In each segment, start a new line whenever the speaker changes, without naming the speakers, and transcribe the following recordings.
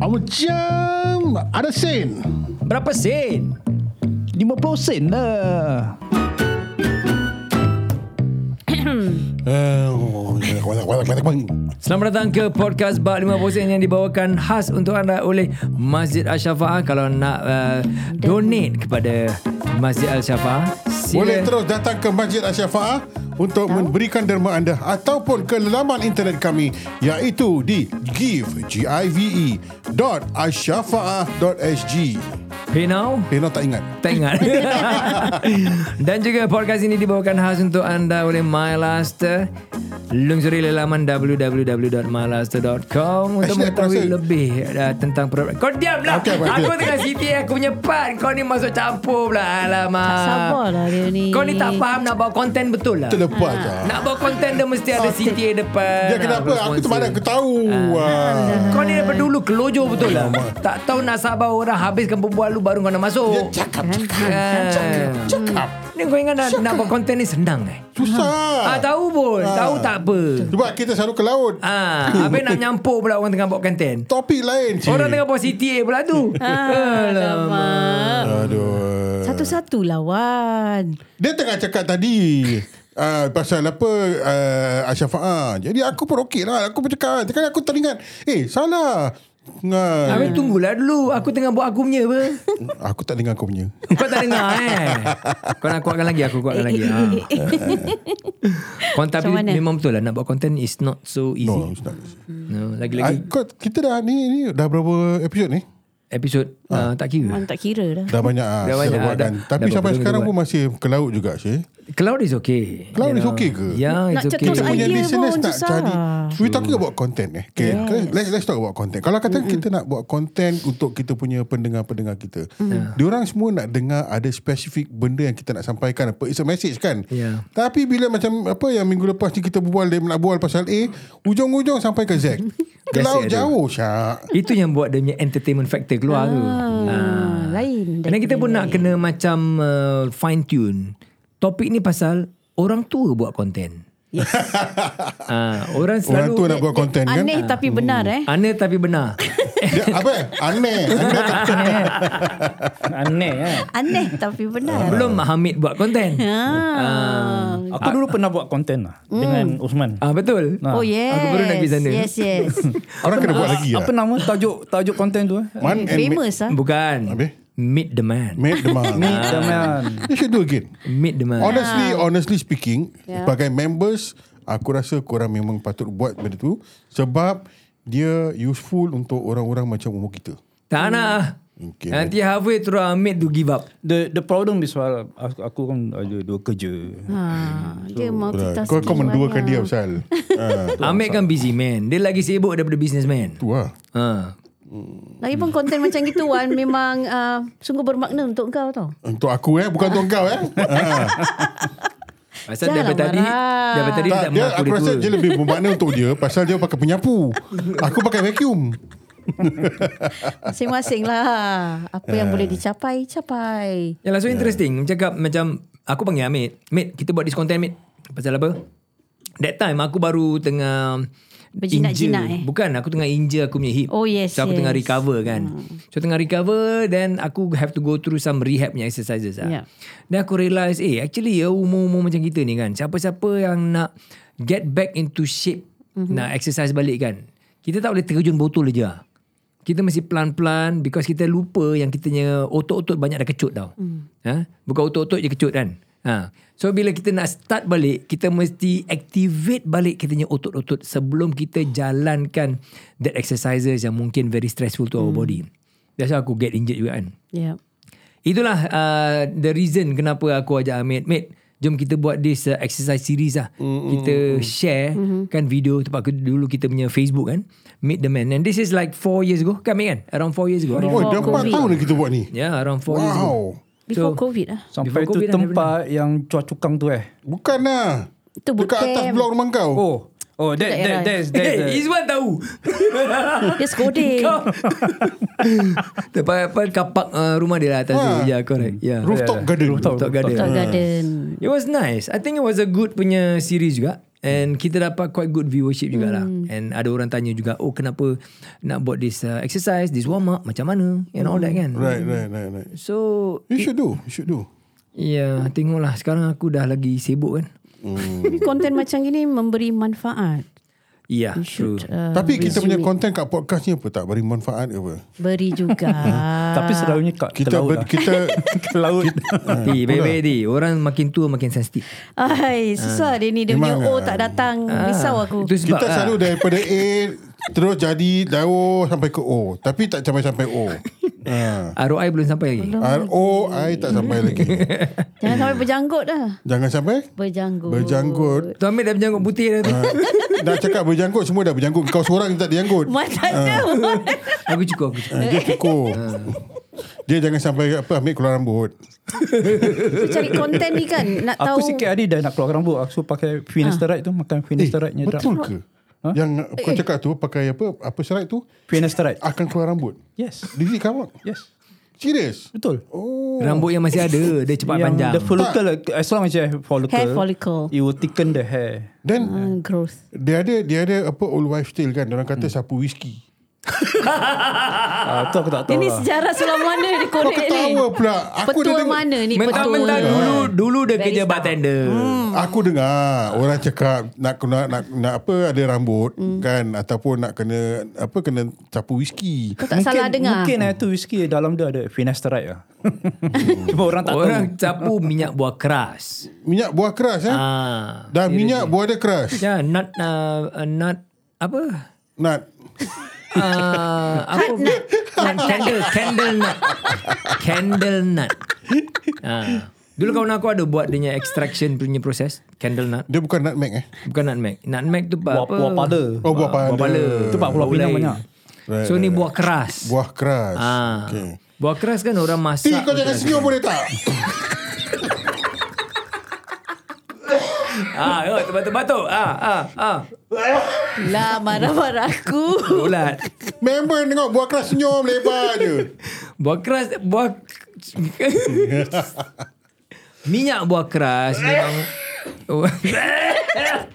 Macam ada sen.
Berapa sen? 50 sen lah. Eh, Selamat datang ke podcast Bak 50 Sen yang dibawakan khas untuk anda oleh Masjid Al-Syafaah. Kalau nak uh, donate kepada Masjid Al-Syafaah, sila
Boleh terus datang ke Masjid Asyafaah untuk memberikan derma anda ataupun ke laman internet kami iaitu di give G-I-V-E dot asyafaah.sg.
pay now.
Eh, no, tak ingat.
Tak ingat. Dan juga podcast ini dibawakan khas untuk anda oleh MyLaster. Lungsuri laman www.mylaster.com
Actually,
untuk
aku
mengetahui
rasa-
lebih uh, tentang produk. Kau diamlah.
Okay,
Okay,
okay.
aku tengah siti aku punya part. Kau ni masuk campur pula. Alamak.
Tak sabarlah dia ni.
Kau ni tak faham nak bawa konten betul lah.
Terlepas ha.
Nak bawa konten dia mesti ada CTA depan.
Dia
Ah,
kenapa? Aku
sponsor.
tu mana aku tahu. Ah.
Kau ni daripada dulu kelojo betul lah. tak tahu nak sabar orang habiskan perbual lu baru kau nak
Dia
masuk.
cakap,
Ah.
cakap.
Ni kau ingat nak, nak buat konten ni senang eh? Ah,
Susah.
tahu pun.
Ah.
Tahu tak apa.
Sebab kita selalu ke laut.
Ah, habis nak nyampuk pula orang tengah buat konten.
Topik lain. cik. Ah,
Orang tengah buat CTA pula tu.
Alamak.
Aduh.
Satu-satu lawan.
Dia tengah cakap tadi uh, pasal apa uh, Asyafaah. Jadi aku pun okey lah. Aku pun cakap. Cakap aku teringat. Eh salah. Nga,
Habis tunggulah dulu. Aku tengah buat aku punya apa.
aku tak dengar kau punya.
Kau tak dengar eh. Kau nak kuatkan lagi, aku kuatkan lagi. Ha. Konten
Macam mana?
memang betul lah. Nak buat konten is not so easy.
No,
No.
it's not. Ah,
lagi-lagi
kau, kita dah ni, ni dah berapa episod ni?
episod ah, tak kira.
Mana tak kira dah.
Dah banyak ah.
Dah
kita
banyak,
buatkan.
dah-
Tapi
dah
sampai
berapa
sekarang
kita
pun masih ke laut juga Syih.
Cloud is okay.
Cloud
You
is
know.
okay ke?
Yeah, it's
Nak
okay.
cetus
Kita punya
idea pun
listeners nak
susah.
cari We talking about content eh okay. yes. let's, let's talk about content Kalau kata kita nak buat content Untuk kita punya pendengar-pendengar kita Diorang semua nak dengar Ada spesifik benda yang kita nak sampaikan apa. It's a message kan
Yeah.
Tapi bila macam Apa yang minggu lepas ni Kita berbual dia nak bual pasal A Ujung-ujung sampai ke Z Ke
That's
laut
it,
jauh
aduh.
Syak
Itu yang buat dia punya entertainment factor keluar tu.
Ah, lain
Kadang kita pun nak kena macam uh, fine tune. Topik ni pasal orang tua buat konten. Yes. ah,
Orang
orang selalu
tu nak buat content kan
Aneh tapi
Oh.
benar eh.
aneh tapi benar.
Dia, Apa eh? Aneh Aneh tak-
Aneh eh.
Aneh tapi benar.
Belum
Ah.
Hamid buat konten.
Ah. Hmm.
Aku dulu pernah buat konten lah dengan Usman.
Ah betul.
Ah.
Oh yes.
Aku baru nak pergi sana.
Yes, yes.
Orang kena buat lagi
Ya.
lah
Apa nama tajuk tajuk konten tu eh?
Man and ma-
Famous ah.
Bukan.
Habis?
Meet the man.
Made the man
Meet the man.
They should do again
Meet the man.
Honestly, honestly speaking,
Ya.
yeah. sebagai members, aku rasa korang memang patut buat benda tu sebab dia useful untuk orang-orang macam umur kita.
Tak nak.
Okay.
Nanti halfway through Hamid do give up.
The the problem is well, aku, aku kan ada dua kerja.
Ha, dia multitasking.
Kau kau
lah.
menduakan dia pasal. ha,
Hamid kan busy man. Dia lagi sibuk daripada businessman.
tu lah.
Ha.
Lagipun konten macam gitu Wan memang uh, sungguh bermakna untuk kau tau.
Untuk aku eh, bukan untuk kau eh. Ha.
Pasal
Janganlah
daripada tadi,
marah.
daripada tadi dia
Tak,
tak
dia,
mengaku
aku
dia
rasa
tua.
dia lebih bermakna untuk dia pasal dia pakai penyapu. aku pakai vacuum.
Masing-masing lah. Apa yang
Eh.
boleh dicapai, capai.
Yalah so interesting yeah. Cakap macam Aku panggil Amit Mit kita buat this content Mit Pasal apa That time aku baru tengah
Berjinak-jinak,
injure.
eh?
Bukan aku tengah injure aku punya hip
Oh, yes,
So aku
yes. Hmm.
tengah recover kan So tengah recover Then aku have to go through some rehab punya exercises lah.
Yeah.
Then aku realise Eh actually ya umur-umur macam kita ni kan Siapa-siapa yang nak Get back into shape
Mhm.
mm-hmm. Nak exercise balik kan Kita tak boleh terjun botol je lah. Kita mesti pelan-pelan Because kita lupa yang kitanya Otot-otot banyak dah kecut tau
Hmm.
mm. ha? Bukan otot-otot je kecut kan ha. So bila kita nak start balik Kita mesti activate balik kitanya otot-otot Sebelum kita jalankan That exercises yang mungkin very stressful to
Hmm.
our body That's why aku get injured juga kan
Ya. Yeah.
Itulah uh, the reason kenapa aku ajak Amit. Mate, jom kita buat this uh, exercise series lah.
Hmm,
Mm-hmm. Kita share mm-hmm. kan video tempat aku dulu kita punya Facebook kan. Meet the man. And this is like 4 years ago. Kami kan? Around 4 years ago. Right?
Oh, dah 4
Covid.
tahun lagi kita buat ni.
Yeah, around 4 years ago.
Wow.
Before
So-
COVID lah.
Sampai
Before
tu
COVID dah
tempat yang cuah cukang tu eh.
Bukan lah.
Itu boot
Dekat atas
camp.
blok rumah kau.
Oh. Oh, that
tak
that
payah.
that's that's
Hey,
the-
Izwan tahu.
Dia skoding.
Kau. Tempat apa kapak uh, rumah dia lah atas tu.
Ha.
Yeah, correct. Yeah.
Rooftop garden.
Rooftop.
Rooftop garden. Hmm.
Top Garden.
It was nice. I think it was a good punya series juga. And kita dapat quite good viewership jugalah.
Hmm.
And ada orang tanya juga, oh kenapa nak buat this uh, exercise, this warm up, macam mana and all that kan.
Hmm. Right, right, right, right.
So,
You should do. You should do.
ya yeah, tengoklah sekarang aku dah lagi sibuk kan.
Konten macam gini memberi manfaat.
Ya, yeah, true.
Uh,
Tapi kita punya konten kat podcast ni apa tak? Beri manfaat ke apa?
beri juga.
Tapi
Ah.
selalunya kat
Kita
kita
ber,
laut lah.
kita
Ke laut.
Ah,
Di, baik-baik di. Orang makin tua makin sensitif.
Ai, susah dia ni. Dia punya
Memang,
O
ah.
tak datang. Risau aku.
Ah. Itu sebab
kita selalu daripada A terus jadi jauh sampai ke O. Tapi tak sampai sampai O. ha.
ah, ROI belum sampai lagi.
R O I tak sampai lagi.
Jangan sampai berjanggut dah.
Jangan sampai
Berjanggut.
berjanggut.
Tuan Amir dah berjanggut putih dah tu.
Ah. Dah cakap berjanggut semua dah berjanggut. Kau seorang yang tak berjanggut.
Mana ada orang.
Aku cukup, aku cukup.
Ha, dia cukup. Dia jangan sampai apa ambil keluar rambut.
Aku cari konten ni kan. Nak tahu.
Aku sikit hari dah nak keluar rambut. Aku pakai finasteride tu. Makan finasteride ni.
Eh, betul ke? Ha? Yang kau cakap tu pakai apa apa serat tu
Finasteride.
akan keluar rambut.
Yes.
Diri kamu.
Yes.
Serius?
Betul.
Oh.
Rambut yang masih ada, dia cepat
yang
panjang.
The follicle, lah. as long as you have follicle,
Hair follicle.
it will thicken the hair.
Dan
Ah, growth.
dia ada dia ada apa old wife tale kan. Orang
Hmm.
kata sapu whisky.
Ah, tu aku tak tahu
Ini
lah.
sejarah sulam mana dia
Kau
korek ni.
ketawa pula. Aku dah
eh, Petua
dengar.
mana ni?
Mentah-mentah
Petua.
dulu dulu dia
Barista.
kerja bartender.
Hmm.
Hmm. Aku dengar orang cakap nak kena nak, nak apa ada rambut
Hmm.
kan ataupun nak kena apa kena sapu whisky.
Kau tak salah dengar.
Mungkin eh, tu whisky dalam dia ada finasteride lah. Cuma orang tak
Orang
tahu.
capu minyak buah keras.
Minyak buah keras eh.
Ah.
Dah minyak buah dia keras.
Ya, nut uh, uh, nut apa?
Nat.
Uh, apa? nut. candle, candle nut. Candle nut. Ah. Dulu kawan aku ada buat dia punya extraction punya proses candle nut.
Dia bukan nutmeg eh.
Bukan nutmeg. Nutmeg tu buat
Buah,
apa?
buah pada.
Oh buah pala.
Buah pala.
Tu Pak Pulau Pinang
Ulai.
banyak.
Right,
So
right,
ni buah keras.
Buah keras.
Ah.
Okay.
Buah keras kan orang
Ti
masak.
kau jangan senyum boleh tak?
Ah, yo, tebatuk-tebatuk. Ah, ah, ah.
Lah marah-marah aku.
Ulat.
Member tengok buah keras senyum lebar je.
Buah keras buah minyak buah keras memang
Minyak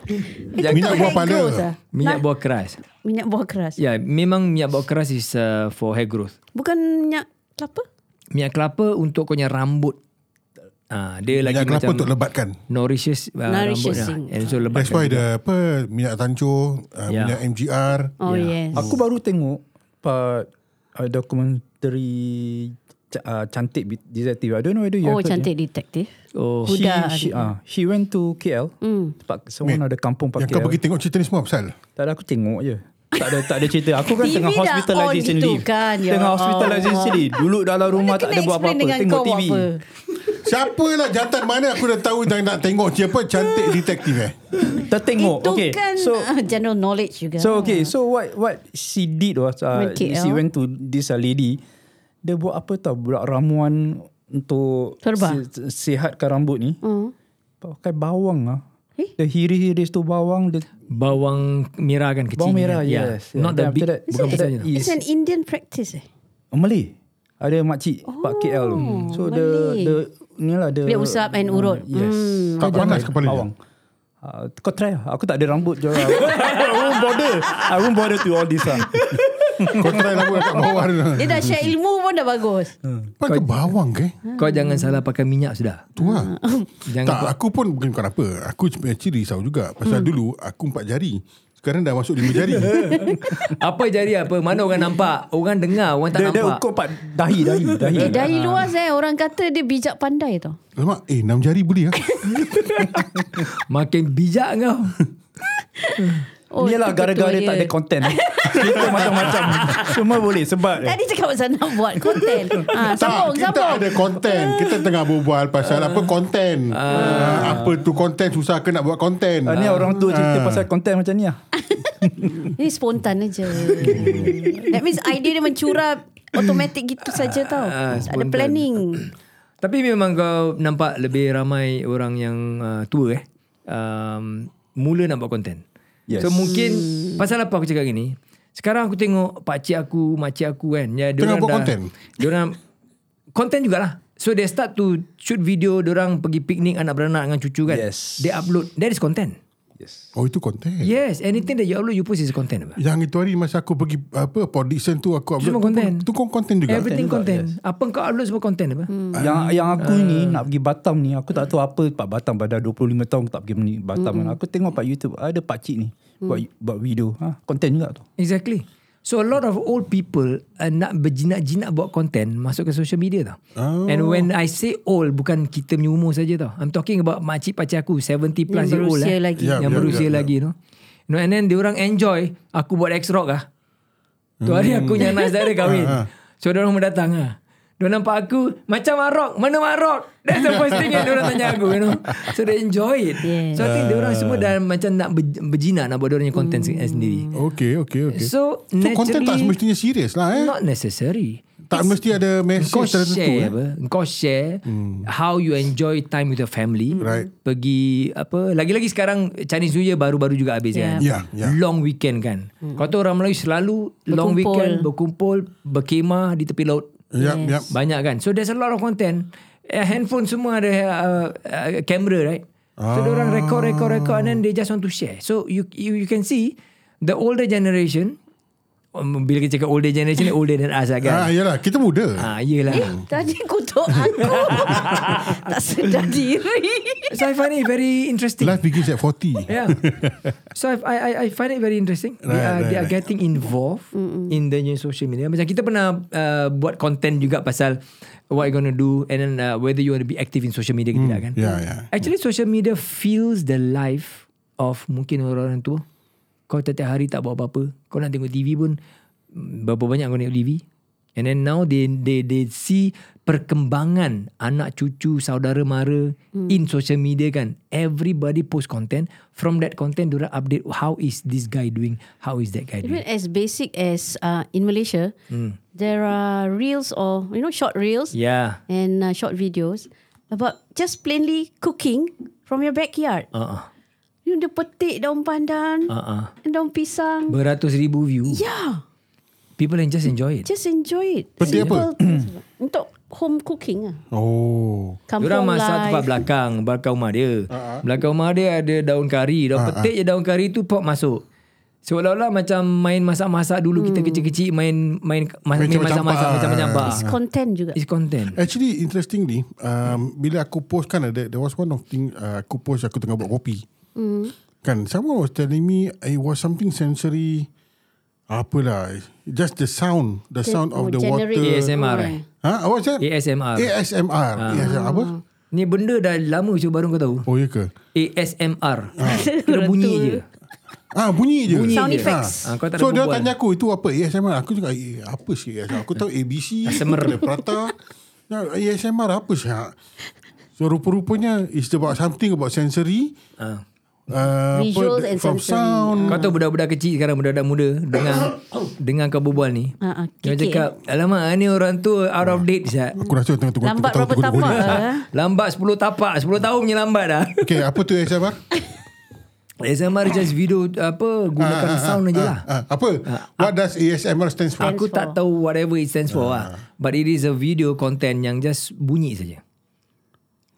Tak
buah
hair
pala.
growth ah?
minyak buah keras.
Minyak buah keras.
Ya, yeah, memang minyak buah keras is uh, for hair growth.
Bukan minyak kelapa?
Minyak kelapa untuk kau punya rambut. Ah, dia lagi
Minyak kelapa
macam
untuk lebatkan.
nourishes uh, rambut lah.
Nourishing.
And so lebat.
That's why the apa minyak tanjur, uh,
Ya.
minyak MGR.
Oh yes.
Ya. Aku baru tengok part uh, dokumentari uh, Cantik Be- Detective. I don't know whether you
Oh
have heard
cantik detektif.
Oh,
She,
Budak. Hmm.
she, uh, she went to KL. Mm. Pak, someone ada kampung pak
Yang kau
KL.
pergi tengok cerita ni semua pasal.
Tak ada aku tengok je. Tak ada tak ada cerita. Aku kan
TV
tengah
dah
hospitalization
on gitu
leave.
kan, ya
tengah
Allah.
hospitalization leave. Dulu dalam
Mana
rumah tak
kena
ada buat
explain
apa-apa.
dengan
Tengok
kau
TV.
apa?
Siapa lah jantan mana aku dah tahu yang nak tengok siapa cantik detektif eh.
Tertengok.
Itu
okay.
kan
Oh, So
ah, general knowledge juga.
So okay, so what what she did was uh,
Went KL.
she went to this uh, lady. Dia buat apa tau? Buat ramuan untuk
Serba.
si- sihatkan rambut ni.
Hmm.
Pakai bawang ah.
Eh?
Dia hiris-hiris tu bawang dia
bawang merah kan kecil. ni
bawang merah
kan? Yeah.
yes.
Not the
Then after
big.
that-
Bukan
after
besar
that
je.
is
It's an Indian practice eh.
oh, Malay. Ada makcik oh, Pak KL tu. So the the ni lah the
Dia usap and urut.
Uh, yes. Hmm.
Tak panas kepala dia?
Awang. Uh, kau try lah. Aku tak ada rambut je. I won't bother. I won't bother to all this lah.
Kau try rambut kat bawah tu.
Dia dah share ilmu pun dah bagus.
Hmm.
Pakai bawang ke?
Kau jangan salah pakai minyak sudah.
Tu lah.
Jangan
Tak, aku pun bukan bukan apa. Aku actually risau juga. Pasal
Hmm.
dulu aku empat jari. Sekarang dah masuk lima jari.
Apa jadi apa? Mana orang nampak? Orang dengar, orang tak
dia, dia
nampak.
ukur pak dahi, dahi, dahi.
Eh, dari luas eh orang kata dia bijak pandai tau.
Lemak, eh enam jari boleh lah.
Makin bijak kau.
Oh, Yelah
itu ketua
gara-gara dia tak ada konten. Kita macam-macam. Semua boleh sebab.
Tadi cakap pasal nak buat konten. ha,
Tak,
sambung,
kita
sambung.
ada konten. Kita tengah berbual pasal apa konten. Ah, apa tu konten, susah ke nak buat konten.
Ah, ni orang tua cerita pasal konten macam ni lah.
Ini spontan aja. That means idea dia mencurap automatic gitu saja tau.
Ah,
tak ada
spontan.
planning.
Tapi memang kau nampak lebih ramai orang yang uh, tua eh. Um, mula nak buat konten. Yes.
Yes.
So mungkin pasal apa aku cakap gini? Sekarang aku tengok pakcik aku, makcik aku kan. Ya,
Tengah
diorang
buat
dah-
konten?
Diorang konten jugalah. So they start to shoot video orang pergi piknik anak beranak dengan cucu kan.
Yes.
They upload. That is content.
Yes.
Oh itu content.
Yes, anything that you upload, you post is content. Apa?
Yang itu hari masa aku pergi apa Podixon tu aku
Semua
tu pun-
content.
Tu pun content juga.
Everything content.
Content
Apa kau upload semua content apa? Hmm.
Hmm. Yang yang aku uh, ni nak pergi Batam ni, aku tak tahu apa Pak Batam pada 25 tahun aku tak pergi ni Batam. Mm. Aku tengok pak YouTube ada pak cik ni buat buat video. Ha, konten juga tu.
Exactly. So a lot of old people uh, nak berjinak-jinak buat content masuk ke social media tau. Oh. And when I say old bukan kita punya umur saja tau. I'm talking about makcik pakcik aku 70 plus
Yang
year old
berusia
eh.
lagi.
Yeah, yeah,
yang berusia
yeah, yeah.
lagi tu. You know, and then diorang enjoy aku buat X-Rock lah. Tu hari aku yang Nas Dara kahwin. So diorang mendatang lah. Diorang nampak aku macam Marok. Mana Marok? That's the first thing yang diorang tanya aku. You know? So they enjoy it.
Yeah.
So I think diorang semua dah macam nak ber- berjinak nak buat diorang punya content
Hmm.
mm. sendiri.
Okay, okay, okay.
So,
so content tak
naturally-
semestinya serius lah eh.
Not necessary.
tak mesti ada message
Kau
tertentu. eh.
share apa? Kau share how you enjoy time with your family.
Right.
Pergi apa? Lagi-lagi sekarang Chinese New Year baru-baru juga habis kan.
Yeah.
Yeah, yeah.
Long weekend kan. Kau tahu orang Melayu selalu long
Berkumpul.
weekend berkumpul berkemah di tepi laut.
Yap, yap.
Banyak kan. So there's a lot of content. Eh, handphone semua ada uh, uh, camera right. So ah. orang record record record and then they just want to share. So you you, you can see the older generation um, bila kita cakap older generation ni older than us lah kan.
Ah, yalah, kita muda.
Ah, yelah.
Eh, tadi kutuk aku. tak sedar diri.
So I find it very interesting.
Life begins at 40.
Yeah. So I, I I- I find it very interesting. They
Right,
are
right,
they are
right.
getting involved in the new social media. Macam kita pernah uh, buat content juga pasal what you gonna do and then uh, whether you want to be active in social media ke
Hmm.
tidak kan.
yeah, yeah.
Actually social media feels the life of mungkin orang-orang tua. Kau tiap-tiap hari tak buat apa-apa. Kau nak tengok TV pun mm, berapa banyak kau tengok TV. And then now they they they see perkembangan anak cucu saudara mara in social media kan. Everybody post content. From that content, diorang update how is this guy doing, how is that guy doing.
Even as basic as uh, in Malaysia, there are reels or you know short reels
Hmm. Yeah.
and uh, short videos about just plainly cooking from your backyard.
Uh-uh.
You know, dia petik daun pandan
Uh-uh.
and daun pisang.
Beratus ribu view.
yeah,
People yang just enjoy it.
just enjoy it.
Petik apa?
Simple. Untuk home cooking lah.
Oh.
Kampung
Diorang masak
life.
tempat belakang Belakang rumah dia uh-huh. Belakang rumah dia ada daun kari Diorang uh-huh. petik je daun kari tu Pop masuk Seolah-olah macam Main masak-masak dulu
Hmm.
Kita kecil-kecil Main main main
Main
masak-masak
campak-campak.
Macam-macam
It's content juga.
It's content
Actually interestingly um, Bila aku post kan There, there was one of thing uh, Aku post aku tengah buat kopi mm. Kan someone was telling me It was something sensory Apalah Just the sound The sound of the water
Generate-
ASMR, eh?
Ha, Apa macam
ASMR.
ASMR
Ah.
ASMR apa
Ni benda dah lama je Baru kau tahu
Oh ya ke
ASMR Kira bunyi je
Ah bunyi je
Bunyi
Sound
je.
effects.
Ah, kau tak ada
so dia
berbual.
tanya aku Itu apa ASMR Aku cakap eh, Apa sih ASMR Aku tahu ABC
ASMR.
Aku tahu Prata "Eh, Nah, ASMR apa sih ha? So rupa-rupanya It's about something About sensory
Ah.
uh,
Visuals
apa,
and
from
sensory.
sound
Kau tahu budak-budak kecil sekarang Budak-budak muda Dengar Dengar kau berbual ni
Ah, ah,
Dia
kikik,
cakap Alamak ah, ni orang tua Out of date Syat
aku rasa tengah tunggu
Lambat berapa tapak. ah.
Lambat 10 tapak 10 tahun punya lambat dah
eh?
Okay apa tu ASMR
ASMR just video apa gunakan
Ah, ah,
sound
ah,
aja
ah,
lah.
ah. apa what does ASMR stands for
Aku tak tahu whatever it stands for
Ah.
lah. But it is a video content yang just bunyi saja.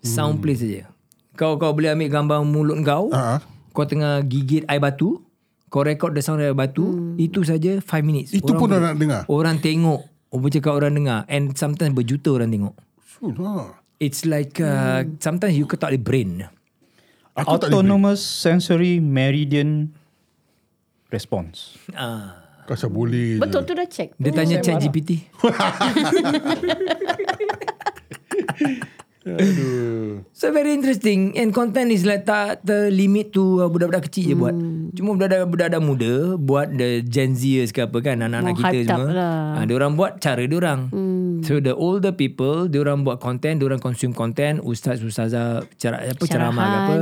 Sound play saja. Kau kau boleh ambil gambar mulut kau.
Hmm. Ah, ah.
Kau tengah gigit air batu. Kau record the sound air batu. Itu saja 5 minutes.
Itu pun orang nak dengar?
Orang tengok. Orang cakap orang dengar. And sometimes berjuta orang tengok.
Sudah.
It's like uh, sometimes you tak boleh brain.
aku tak boleh
Autonomous sensory meridian response.
Ah,
kau asal boleh
Betul
je.
tu dah check.
dia tanya chat GPT.
Aduh.
So very interesting And content is like Tak terlimit to uh, Budak-budak kecil je buat
Hmm.
Cuma budak-budak budak-budak muda Buat the Gen Zers ke apa kan Anak-anak
More
kita
hyped up
semua
lah.
ha, Diorang buat cara diorang mm. So the older people Diorang buat content Diorang consume content Ustaz Ustazah cara, apa, Ceramah ke apa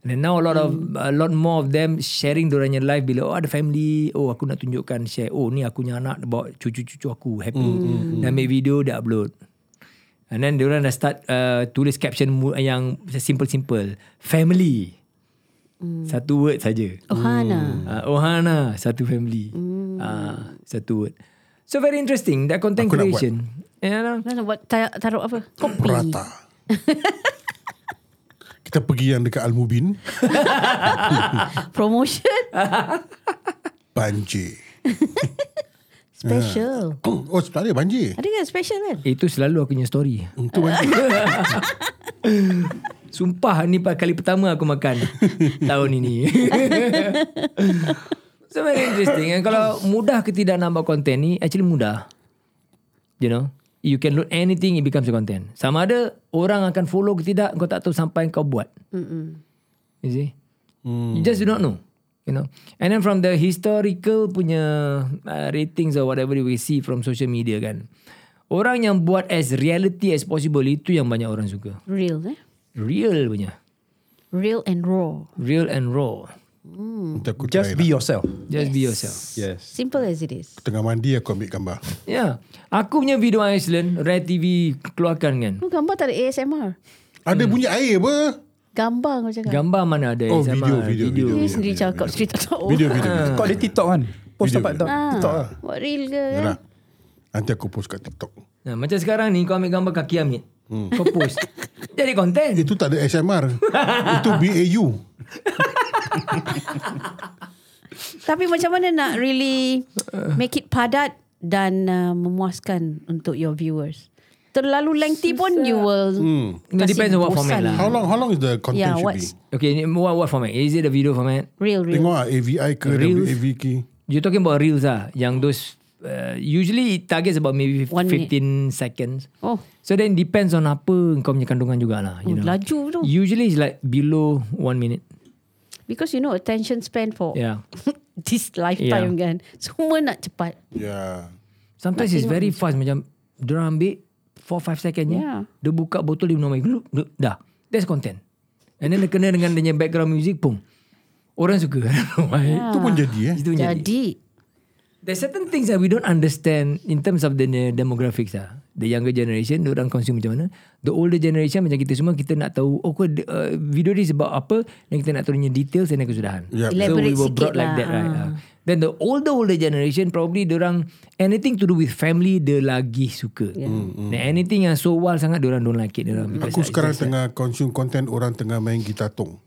And then now a lot of A lot more of them Sharing diorangnya life Bila oh ada family Oh aku nak tunjukkan share Oh ni aku punya anak dia Bawa cucu-cucu aku Happy mm. Dan make video Dia upload And then diorang dah start uh, tulis caption mu- yang simple-simple. Family. Satu word saja.
Oh, Ohana.
Uh, Ohana, satu family. Uh, satu word. So very interesting that content
Aku nak buat.
creation. Ya, yeah,
Mana buat tar- taruh apa? Kopi.
Prata. Kita pergi yang dekat Al-Mubin.
Promotion
Ah.
Banjir.
Special
oh, sebenarnya banjir.
Ada kan special kan
Itu selalu aku punya story.
Itu banjir.
Sumpah ni pa- kali pertama aku makan tahun ini. so very interesting. And kalau mudah ke tidak nak buat content ni, actually mudah. You know, you can load anything it becomes a content. Sama ada orang akan follow ke tidak, kau tak tahu sampai kau buat.
Mm-mm.
You see?
Hmm.
You just do not know. You know. And then from the historical punya uh, ratings or whatever we see from social media kan. Orang yang buat as reality as possible itu yang banyak orang suka.
Real eh
Real punya.
Real and raw
Real and raw.
Hmm.
Nanti aku try
Just
lah.
be yourself.
Just be yourself.
Yes.
Simple as it is
Tengah mandi aku ambil gambar.
Yeah. Ya. Aku punya video Iceland, Rare TV keluarkan kan.
Lu gambar tak ada ASMR
Ada
Hmm.
bunyi air apa?
Gambar kau cakap
Gambar mana ada
Oh, video,
ASMR,
video, video.
Dia sendiri cakap cerita tak oh.
Video, video. video.
Kau ada TikTok kan? Post
Video,
dapat
video.
tak? TikTok lah.
Buat real ke kan
Yalah. Nanti aku post kat TikTok.
Nah, macam sekarang ni kau ambil gambar kaki Amit.
Hmm.
Kau post. Jadi konten.
Itu tak ada SMR. Itu BAU.
Tapi macam mana nak really
Uh.
Make it padat Dan uh, memuaskan Untuk your viewers Terlalu lengthy pun You will
Hmm.
It depends on what
bosan
format lah.
How long how long is the
Yeah,
content should
what's-
be?
Okay, ni what, what format? Is it a video format?
Real real
Tengok lah AVI ke
Reels.
WAV ke.
You're talking about reels ah. Yang those... Uh, usually it targets about maybe fif-
One minute.
15 seconds.
Oh
So then depends on apa kau punya kandungan jugalah. You
Oh,
know.
Laju tu
Usually it's like below one minute.
Because you know Attention span for
Yeah.
This lifetime kan Semua nak cepat
Yeah.
Sometimes it's very fast macam dia ambil 4 5 second je.
Yeah.
Dia buka botol dia minum air. Gluk, gluk, Dah. That's content. And then dia kena dengan dia punya background music pun. Orang suka. I don't know why.
Itu
Ah.
pun jadi eh.
Itu jadi.
Jadi
There's certain things that we don't understand in terms of the ne- demographics lah. The younger generation, dia orang consume macam mana. The older generation macam kita semua, kita nak tahu, oh kau, uh, video ni sebab apa, dan kita nak tahunya details dan kesudahan.
Yep.
Elaborate
so we were
sikit
brought like
lah,
that, right?
ah.
Ah. Then the older, older generation, probably dia orang, anything to do with family, dia lagi suka. Yeah. Dan anything yang so wild sangat, dia orang don't like it. Dia orang
Mm,
because
Aku
it's
sekarang
just-
tengah consume content orang tengah main gitar tong. Ah.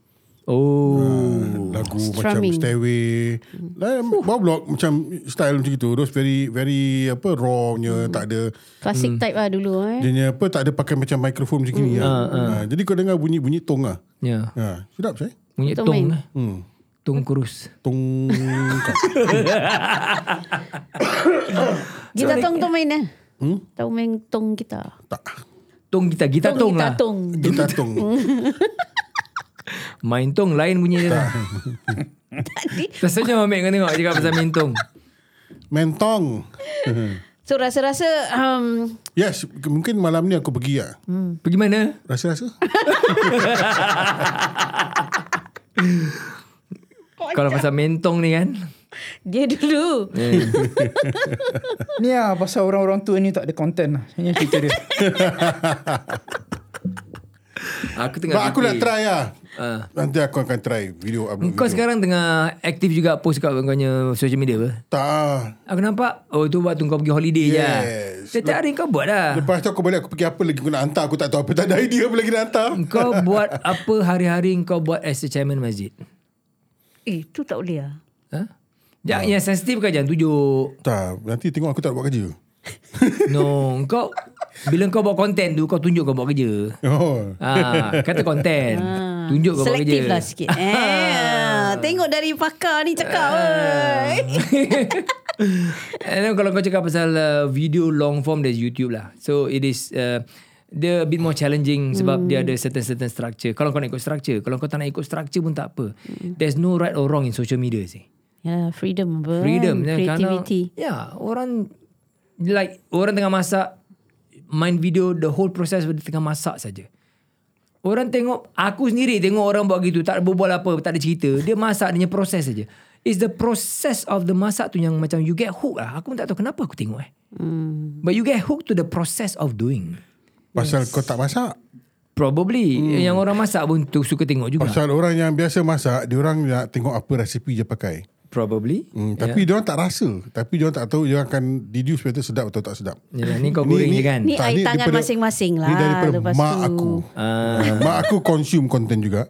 Oh.
Lagu
Strumming.
macam Stairway.
Hmm.
Lah, Bawah blok macam style macam itu. Those very very apa raw punya
Hmm.
tak ada
Eh.
Classic type lah dulu eh
dia punya apa tak ada pakai macam microphone macam
Hmm.
ni.
Ah,
lah. Ha, jadi kau dengar bunyi-bunyi tong ah.
Yeah.
Ha, sedap saya.
Bunyi
Betul
tong
main.
lah.
Hmm.
Tong kurus.
Tong
Gitar tong tu main eh
Hmm?
Tahu main tong gitar
tak.
Tong gitar. Gitar tong,
Tong gitar
lah.
tong
Gitar tong.
Main tong lain bunyi dia. lah.
Tadi
Rasanya Mamek kau tengok cakap pasal mentong.
Mentong.
So rasa-rasa um,
Yes, mungkin malam ni aku pergi lah.
Pergi mana?
Rasa-rasa.
Kalau pasal mentong ni kan.
Dia dulu
Eh,
Ni lah pasal orang-orang tua ni tak ada content lah. Ini cerita dia.
Aku tengah
But aku nak
fikir. Ah.
try lah. Nanti aku akan try video upload video.
Kau sekarang tengah aktif juga post kat kau punya social media apa?
Tak ah.
Aku nampak Oh tu waktu kau pergi holiday
Yes.
je Setiap hari kau buat lah
Lepas tu aku balik aku pergi apa lagi kau nak hantar. Aku tak tahu apa. Tak ada idea apa lagi nak hantar.
Kau buat apa hari-hari kau buat as a chairman masjid
Eh tu tak boleh lah
ha? Jangan yang sensitif kau jangan tujuk
tak. Nanti tengok aku tak buat kerja.
No Kau Bila kau buat konten tu Kau tunjuk kau buat kerja
Oh.
ha, Kata konten Tunjuk kau buat kerja
Ah. Selektif lah sikit eh, Tengok dari pakar ni
Ah.
cakap oi.
And then kalau kau cakap pasal uh, video long form there's YouTube lah. So it is uh, dia a bit more challenging
Hmm.
sebab dia ada certain certain structure. Kalau kau nak ikut structure, kalau kau tak nak ikut structure pun tak apa.
Hmm.
There's no right or wrong in social media sih.
Yalah, Ya, freedom apa
Freedom
kan?
ya,
Creativity
Karena, yeah, orang like orang tengah masak main video the whole process dia tengah masak saja. Orang tengok aku sendiri tengok orang buat gitu tak berbual apa tak ada cerita dia masak dia punya proses saja. It's the process of the masak tu yang macam you get hooked lah. Aku pun tak tahu kenapa aku tengok eh. Mm. But you get hooked to the process of doing.
Pasal kau tak masak.
Probably mm. yang orang masak pun tu suka tengok juga.
Pasal orang yang biasa masak, dia orang nak tengok apa resipi dia pakai.
Probably.
Hmm,
Ya.
tapi yeah. dia tak rasa. Tapi dia tak tahu dia akan deduce whether sedap atau tak sedap.
Yalah, ni kau goreng je kan.
Ni air tangan masing-masing lah,
Ni daripada
lepas
mak
tu.
aku.
Ah.
Ah, mak aku consume content juga.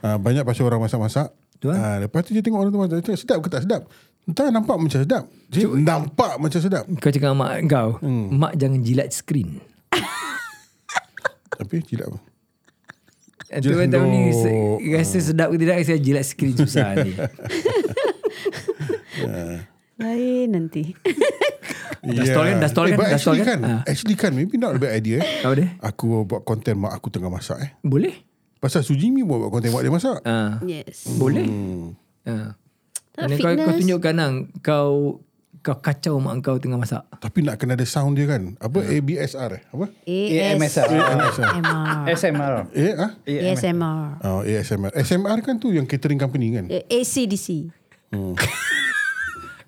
Ah, banyak pasal orang masak-masak.
Betul.
Ah, lepas tu dia tengok orang tu masak. Dia cakap, sedap ke tak sedap? Entah nampak macam sedap. Dia nampak macam sedap.
Kau cakap dengan mak kau, mak jangan jilat skrin.
Tapi tidak apa.
Ah, Tu
Jilat
tahu ni
sendok.
se- rasa sedap ke tidak saya jilat skrin susah ni.
Lain nanti.
Dah stall kan? Dah stall kan?
Eh, but
Dah stall
actually
kan?
kan? Actually kan, maybe not a bad idea eh.
Apa dia?
Aku buat content mak aku tengah masak eh.
Boleh?
Pasal Sujimi buat buat content mak dia masak.
Ah,
Yes.
boleh? Ah.
Tak,
Dan kau, kau
fitness.
tunjukkan lah, kau kau kacau mak kau tengah masak.
Tapi nak kena ada sound dia kan. Apa
Ah.
ABSR eh? Apa?
AMSR. lah.
ASMR.
SMR.
Eh, ah?
ASMR.
Oh, ASMR. ASMR kan tu yang catering company
Ya.
kan?
Eh, ACDC.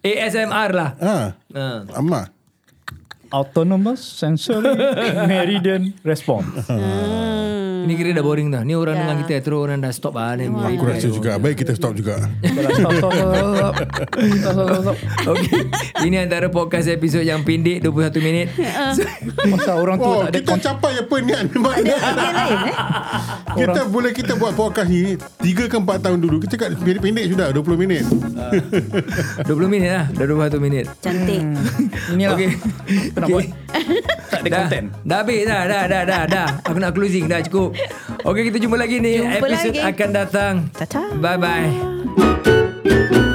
ASMR lah.
Ha.
Ah.
Amma.
Autonomous Sensory Meridian Response.
Hmm.
Ni kira dah boring dah. Ni orang
Ya.
dengar kita terus orang dah stop ah. Ni.
Aku rasa juga. Baik kita stop juga.
Stop, stop, stop, stop. Stop, stop, stop, stop.
Okey. Ini antara podcast episod yang pendek 21 minit.
Ya.
So,
Masa orang tu
Oh,
tak ada
kita capai apa ni kan?
eh.
kita boleh kita buat podcast ni 3 ke 4 tahun dulu. Kita cakap pendek-pendek sudah 20 minit.
20 minit lah. Dah 21 minit.
Cantik.
Hmm.
Inilah
Okey.
Kena
Okey.
Ya. buat Tak ada
Dah,
content
dah habis dah, dah, dah, dah, dah. Aku nak closing dah cukup. Okey, kita jumpa lagi ni.
Jumpa
Episod
lagi.
akan datang.
Ta-ta.
Bye-bye.